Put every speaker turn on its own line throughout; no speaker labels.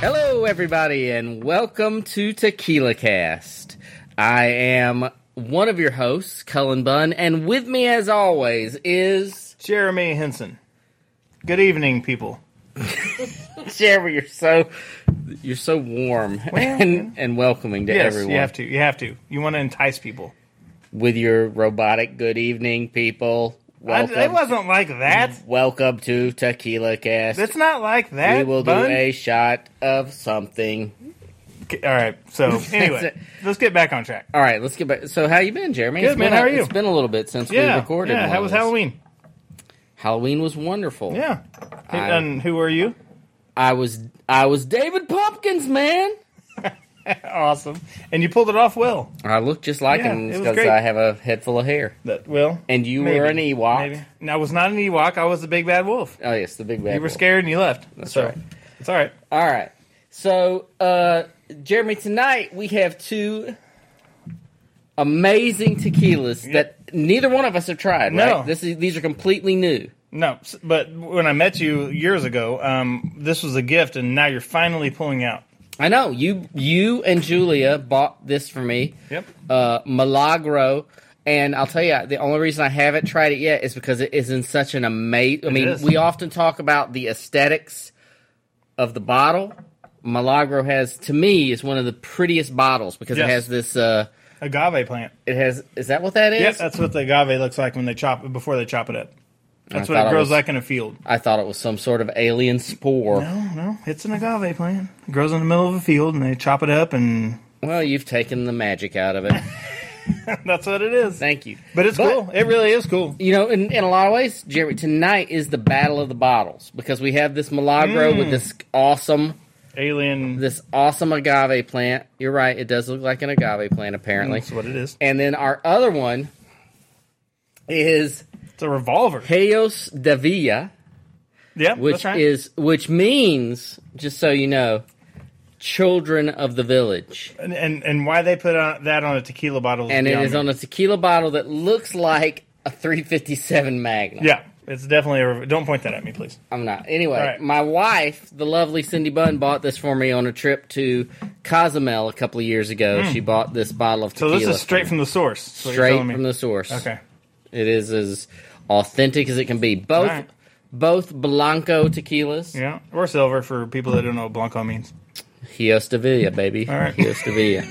Hello, everybody, and welcome to Tequila Cast. I am one of your hosts, Cullen Bunn, and with me, as always, is
Jeremy Henson. Good evening, people.
Jeremy. You're so you're so warm and, and welcoming to
Yes,
everyone
you have to. You have to. You want to entice people.
with your robotic "Good evening, people."
I,
Welcome,
it wasn't like that.
welcome to Tequila Cast.
It's not like that.
we will
bud.
do a shot of something.
Okay, All right. So anyway,
it.
let's get back on track.
All right, let's get back. So, how you been, Jeremy?
Good,
It's
man.
been a-
How are you?
It's been a little bit since
Yeah.
we recorded.
yeah.
one
How
of
was
these.
Halloween?
Halloween was wonderful.
Yeah.
I-
and who are you?
I was I was David Pumpkins, man.
Awesome. And you pulled it off well.
I look just like
Yeah,
him
it was
because
great.
I have a head full of hair.
That well.
And you
Maybe.
were an Ewok.
Maybe. No, I was not an Ewok. I was the big bad wolf.
Oh yes, the big bad.
You were
boy.
scared and you left. That's so,
right.
It's all right.
All right. So, uh, Jeremy, tonight we have two amazing tequilas that neither one of us have tried.
No.
Right? This is, these are completely new.
No, s- but when I met you years ago, um, this was a gift, and now you're finally pulling out.
I know you. You and Julia bought this for me.
Yep.
Uh, Milagro. And I'll tell you, the only reason I haven't tried it yet is because it is in such an amazing. I mean,
is.
we often talk about the aesthetics of the bottle. Milagro has, to me, is one of the prettiest bottles because it
Yes.
has this. Uh,
Agave plant.
it has. Is that what that is?
Yep, that's what the agave looks like when they chop it before they chop it up. That's
I
what
thought
it
I
grows
was-
like in a field.
I thought it was some sort of alien spore.
No, no, it's an agave plant. It grows in the middle of a field, and they chop it up, and
Well, you've taken the magic out of it.
that's what it is.
Thank you.
But it's cool. It really is cool.
you know, in, in a lot of ways, Jeremy, tonight is the battle of the bottles because we have this Milagro
Mm.
with this awesome,
Alien.
this awesome agave plant. You're right; it does look like an agave plant, apparently.
That's what it is.
And then our other one is
It's a revolver.
Heos de Villa,
Yeah,
which
that's right.
is which means, just so you know, children of the village.
and, and and why they put on, that on a tequila bottle?
and it
beyond
is
me.
on a tequila bottle that looks like a 357 Magnum.
Yeah, it's definitely a. re- Don't point that at me, please.
I'm not. Anyway,
All right.
my wife, the lovely Cindy Bunn, bought this for me on a trip to Cozumel a couple of years ago. She bought this bottle of
Hmm. So
tequila.
this is straight from the source. is what you're
straight
telling me.
from the source.
Okay.
It is as authentic as it can be. Both
All right.
both Blanco tequilas.
Yeah, or silver for people that don't know what Blanco means.
Hios de Villa, baby.
All right.
Hios de Villa.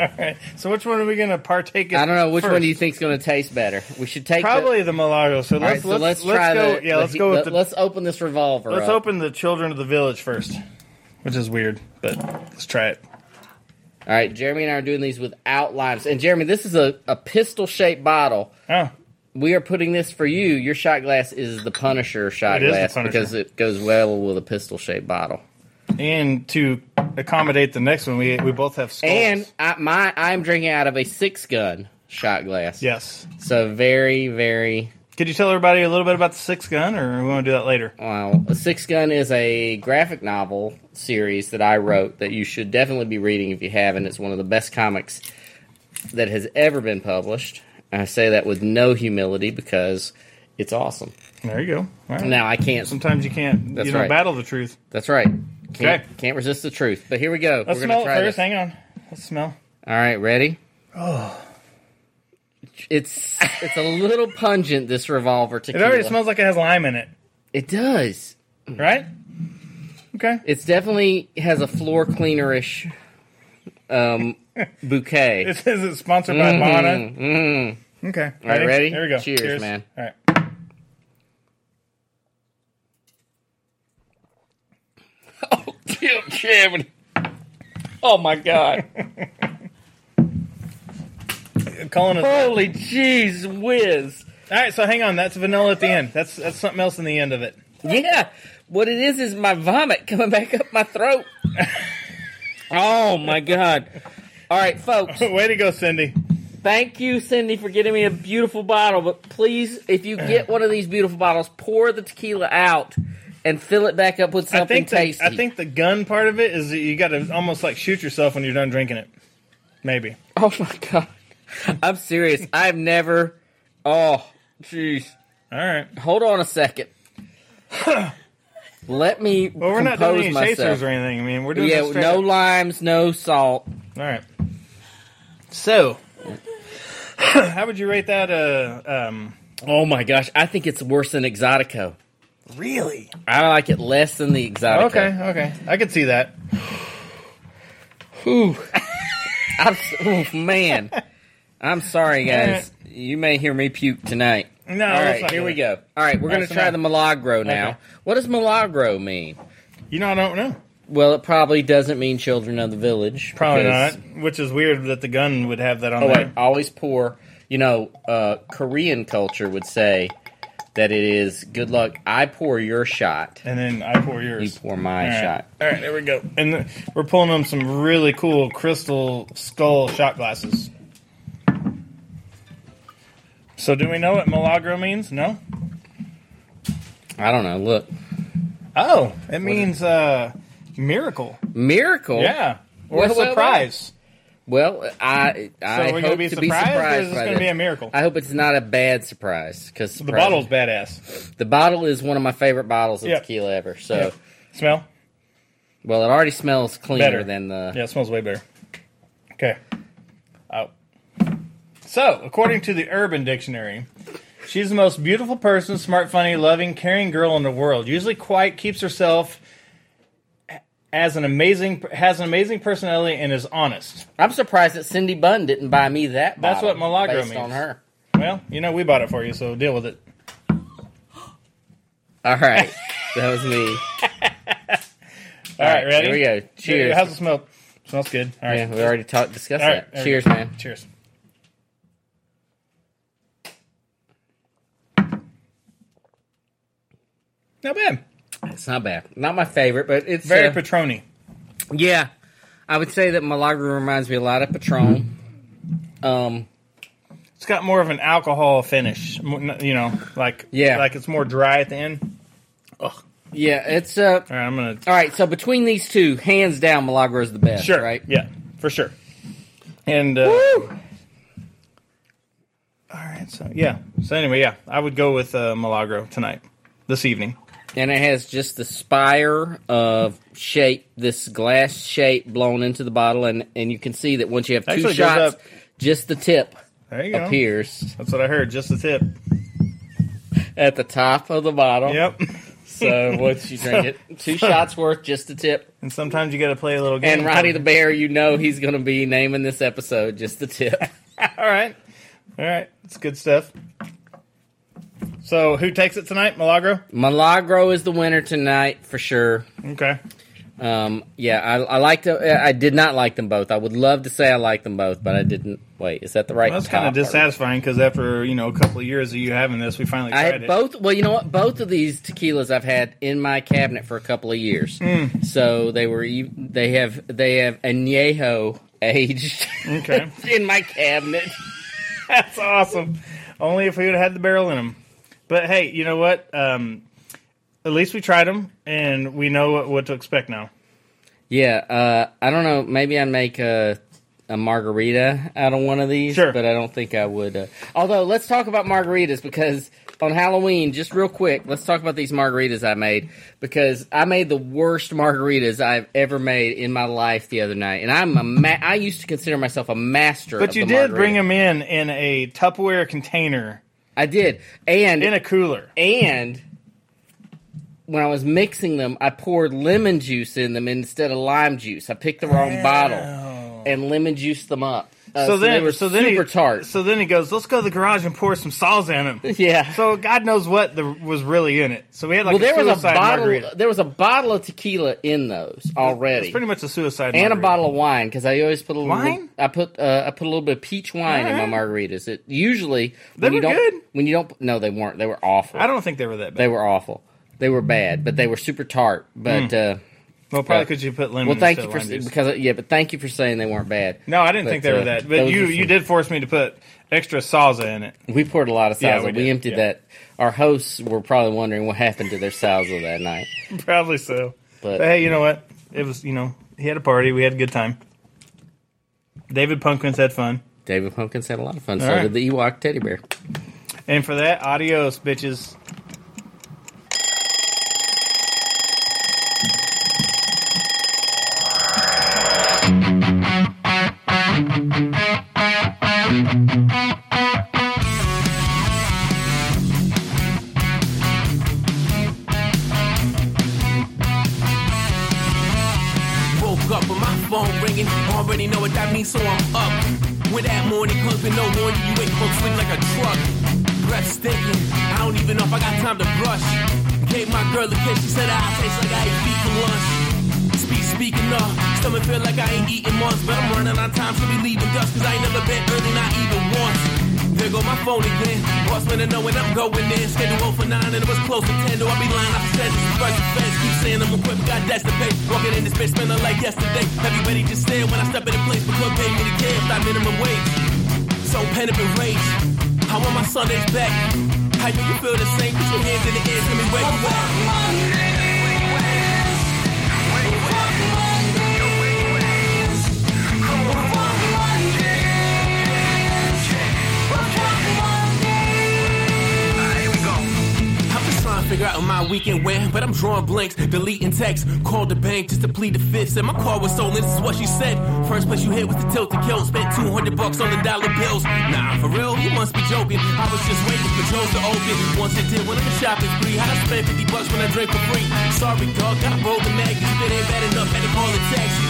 All right. So which one are we going to partake in?
I don't know which
first?
one do you think's going to taste better. We should take the-
Probably the Milagro. So
All right,
let's
so
let's,
let's,
let's,
try
go.
the,
yeah, let's go with the. Let's,
Let's open this revolver. up.
open the Children of the Village first, which is weird, but let's try it.
All right, Jeremy and I are doing these without limes. And Jeremy, this is a, a pistol shaped bottle.
Oh,
We are putting this for you. Your shot glass is the Punisher shot
It is the
glass
Punisher.
because it goes well with a pistol shaped bottle.
and to accommodate the next one, we we both have skulls.
And I, my I'm drinking out of a six gun shot glass.
yes,
So very very
could you tell everybody a little bit about the six gun, or we want to do that later?
well. A six gun is a graphic novel series that I wrote that you should definitely be reading if you haven't. It's one of the best comics that has ever been published. I say that with no humility because it's awesome.
There you go. All right.
Now I can't.
Sometimes you can't.
That's
you don't
right.
battle the truth.
That's right. Can't,
Okay.
can't resist the truth. But here we go.
Let's
We're gonna
smell it
try
first.
this.
Hang on. Let's smell.
All right, ready? Oh, it's it's a little pungent. This revolver
It
tequila.
already smells like it has lime in it,
It does.
right? Okay.
It's definitely has a floor cleanerish um, bouquet.
It says it's sponsored by Lana. Okay. All
Mm-hmm. right, ready?
Here we go.
Cheers, man.
All right.
oh, Tim Jeremy. Oh my God!
Colin is- All
Holy jeez, whiz!
right, so hang on. That's vanilla at the end. That's that's something else in the end of it.
Yeah, what it is is my vomit coming back up my throat. oh my God! All right, folks.
Way to go, Cindy.
Thank you, Cindy, for getting me a beautiful bottle. But please, if you get one of these beautiful bottles, pour the tequila out and fill it back up with
I
something
think the,
tasty.
I think the gun part of it is that you got to almost like shoot yourself when you're done drinking it. Maybe.
Oh my god! I'm serious. I've never. Oh, jeez.
All right.
Hold on a second. Let me
Well, we're not doing
compose
any
myself.
chasers or anything. I mean, we're doing
Yeah,
this straight
no
up.
limes, no salt.
All right. So, how would you rate that? Uh, um,
Oh my gosh, I think it's worse than Exotico.
really?
I like it less than the Exotico.
Okay, okay. I could see that.
Ooh. I'm, s- oof, man. I'm sorry, guys. You may hear me puke tonight.
No,
All
Oh, that's
right,
not
here we
good.
go. All right, we're going
Nice
to try the
enough.
Milagro now.
Okay.
What does Milagro mean?
You know, I don't know.
Well, it probably doesn't mean children of the village.
Probably
because-
not. Which is weird that the gun would have that on
Oh, wait,
there.
always poor. You know, uh, Korean culture would say that it is good luck. I pour your shot,
And then I pour
you
yours.
pour my
All right.
shot.
All right, there we go. And th- we're pulling them some really cool crystal skull shot glasses. So, do we know what Milagro means? No.
I don't know. Look,
Oh, it means uh, miracle.
miracle.
Yeah, or
Well, well, well.
surprise.
Well, I
So
I
we're gonna
hope
be
to
surprised,
be
or
surprised
is this
by
gonna
this.
be a miracle?
I hope it's not a bad surprise because
the bottle's badass.
the bottle is one of my favorite bottles of
Yep.
tequila ever. So,
Yep. Smell
well, it already smells cleaner
better
than the.
Yeah, it smells way better. Okay. Out. So, according to the Urban Dictionary, she's the most beautiful person, smart, funny, loving, caring girl in the world. Usually quiet, keeps herself as an amazing has an amazing personality and is honest.
I'm surprised that Cindy Bunn didn't buy me that.
That's
bottle
what Milagro
based
means.
on her.
Well, you know we bought it for you, so deal with it.
All right, that was me.
All right, ready?
Here we go. Cheers.
How's it smell? Smells good. All right.
Yeah, we already talked discussed
All
that.
right, there we
Cheers,
go.
man.
Cheers. Not bad.
It's not bad. Not my favorite, but it's
Very
uh,
Patroni.
yeah. I would say that Milagro reminds me a lot of Patron.
Mm-hmm.
Um,
It's got more of an alcohol finish. mo- n- You know, like
Yeah.
like it's more dry at the end.
yeah, it's uh.
All right, I'm gonna
All right, so between these two, hands down, Milagro is the best.
sure.
right?
Yeah, for sure. And uh,
Woo!
all right, so yeah. So anyway, yeah, I would go with uh, Milagro tonight, this evening.
And it has just the spire of shape, this glass shape blown into the bottle, and and you can see that once you have two
Actually, it goes
shots,
up.
just the tip
There you go.
appears
That's what I heard. Just the tip.
at the top of the bottle.
Yep.
So once you drink it, two shots worth, just the tip.
And sometimes you got to play a little game.
And Ronnie the Bear, you know he's going to be naming this episode just the tip.
All right. All right. It's good stuff. So, who takes it tonight? Milagro?
Milagro is the winner tonight for sure.
Okay.
Um, yeah, I, I liked. The, I did not like them both. I would love to say I liked them both, but I didn't. Wait, is that the right?
That's kind
top?
of dissatisfying because after, you know, a couple of years of you having this, we finally
I
tried
had
it.
both. Well, you know what? Both of these tequilas I've had in my cabinet for a couple of years,
Hmm.
so they were. e- They have. They have añejo aged
Okay.
in my cabinet.
That's awesome. Only if we would have had the barrel in them. But hey, you know what? Um, at least we tried them and we know what, what to expect now.
Yeah, uh, I don't know. Maybe I'd make a, a margarita out of one of these,
Sure.
but I don't think I would. Uh, although, let's talk about margaritas because on Halloween, just real quick, let's talk about these margaritas I made because I made the worst margaritas I've ever made in my life the other night, and I'm a ma- I used to consider myself a master.
But
of
you
the
did
margarita.
bring them in in a Tupperware container
I did, and
in a cooler.
and when I was mixing them, I poured lemon juice in them instead of lime juice. I picked the wrong bottle and lemon juiced them up. Uh, so, they were super
he,
tart.
So then he goes, "Let's go to the garage and pour some saws in them."
yeah.
So God knows what the, was really in it. So we had like
well,
a
there was a
suicide
bottle.
margarita.
There was a bottle of tequila in those already,
It's pretty much a
and
suicide
a
margarita.
bottle of wine because I always put a little.
Wine?
I put uh, I put a little bit of peach wine in
Alright.
my margaritas. It usually
They
when you
were
don't
good.
when you don't no they weren't they were awful.
I don't think they were that bad.
they were awful. They were bad, but they were super tart. But
Hmm.
uh,
well, probably
yeah.
because you put lemon.
Well, thank you
instead
for
of lime juice.
because yeah, but thank you for saying they weren't bad.
No, I didn't
But,
think they
uh,
were that. But
those
you
were
you
some-
did force me to put extra salsa in it.
We poured a lot of
Yeah,
salsa. we,
we did,
emptied
yeah.
that. Our hosts were probably wondering what happened to their salsa that night.
probably so.
But-
But, hey, you know what? It was you know he had a party. We had a good time. David Pumpkins had fun,
David Pumpkins had a lot of fun. so
Alright.
did the Ewok teddy bear.
and for that, adios, bitches.
banging. Already know what that means, so I'm up. With that morning comes with no warning, you wake up swing like a truck. Breath stinking, I don't even know if I got time to brush. Gave my girl a kiss, she said I taste like I ate beef for lunch. Speak, speaking up, stomach feel like I ain't eating months, but I'm running out of time, so we leaving dust, cause I ain't never been early, not even once. There go my phone again. Boss man, I know when I'm going in. Schedule 0 for 9, and it was close to 10. Do I be lying? I said this is first offense. Keep saying I'm equipped, got that's the pay. Walking in this bitch, spending like yesterday. Everybody just said when I step in the place, because paid me the kids, not minimum wage so pent up and rage. I want my Sundays back. How do you feel the same? Put your hands in the air, tell me where you at. I'm just trying to Figure out how my weekend went, but I'm drawing blanks, deleting texts. Called the bank just to plead the fifth. Said my car was stolen. This is what she said. First place you hit was the tilt to kill. Spent 200 bucks on the dollar bills. Nah, for real, you must be joking. I was just waiting for Joe's to open. Once it did, went on the shopping spree. How'd I spend 50 bucks when I drank for free? Sorry, dog, gotta roll the mag. This bit ain't bad enough. Had to call a taxi.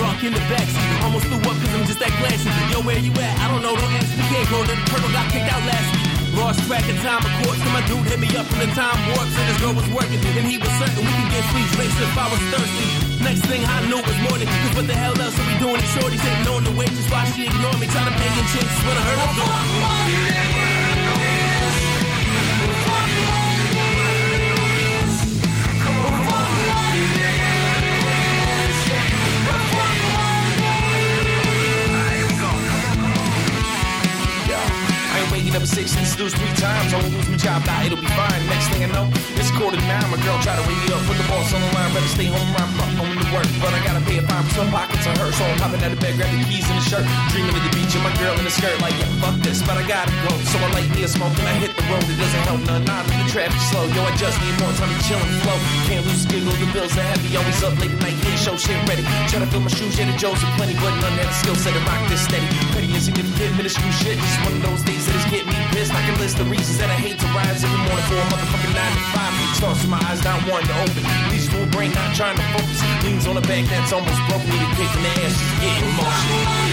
Drunk in the backseat, almost threw up cause I'm just that glassy. Yo, where you at? I don't know, don't answer the gate, bro. The turtle got kicked out last week. Lost track of time, of course, till my dude hit me up from the time warp. Said his girl was working, and he was certain we could get free drinks if I was thirsty. Next thing I knew was morning, cause what the hell else are we doing? And shorty sitting on the waitress while she ignored me, trying to pay in chicks when I heard her door.
Yo, I ain't waking up at six, these dudes three times. I won't lose my job, nah, it'll be fine. Next thing I know, it's quarter to nine. My girl try to ring me up, put the boss on the line. Better stay home, I'm not home to work. But I gotta pay a fine for some pockets of her. So I'm hopping out of bed, grab the keys and the shirt. Dreaming of the beach and my girl in a skirt. Like, yeah, fuck this, but I gotta go. So I light me a smoke and I hit the road. It doesn't help none, nah, let the traffic slow. Yo, I just need more time to chill and flow. Can't lose a giggle, the bills are heavy. Always up late at night, getting show shit ready. Try to fill my shoes, yeah, the Joes are plenty. But none had the skill set to rock this steady. Pretty insignificant, minuscule shit. Just one of those days that it's getting me pissed. I can list the reasons that I hate to rise every morning for a motherfucking nine to five. Starts with my eyes not wanting to open. Leads to a brain not trying to focus. Leans on a back that's almost broken. Need a kick in the ass, just getting motion.